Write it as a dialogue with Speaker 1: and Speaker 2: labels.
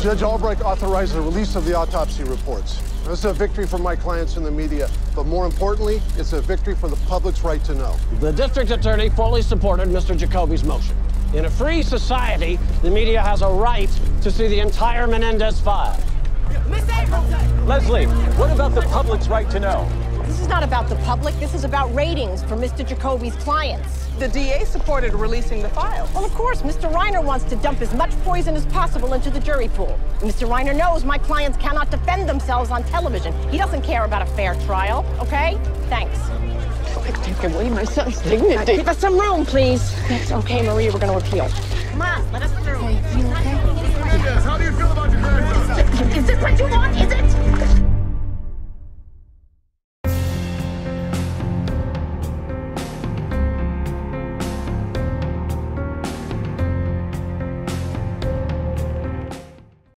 Speaker 1: Judge Albrecht authorized the release of the autopsy reports. This is a victory for my clients and the media, but more importantly, it's a victory for the public's right to know.
Speaker 2: The district attorney fully supported Mr. Jacoby's motion. In a free society, the media has a right to see the entire Menendez file.
Speaker 3: Miss April!
Speaker 4: Leslie, what about the public's right to know?
Speaker 5: This is not about the public. This is about ratings for Mr. Jacoby's clients.
Speaker 3: The DA supported releasing the file.
Speaker 5: Well, of course, Mr. Reiner wants to dump as much poison as possible into the jury pool. Mr. Reiner knows my clients cannot defend themselves on television. He doesn't care about a fair trial, okay? Thanks.
Speaker 6: Take away my son's dignity.
Speaker 5: Give us some room, please. That's okay, Maria. We're going to appeal.
Speaker 7: Come on, let us through.
Speaker 1: How do you feel about your grandson?
Speaker 7: Is this what you want? Is it?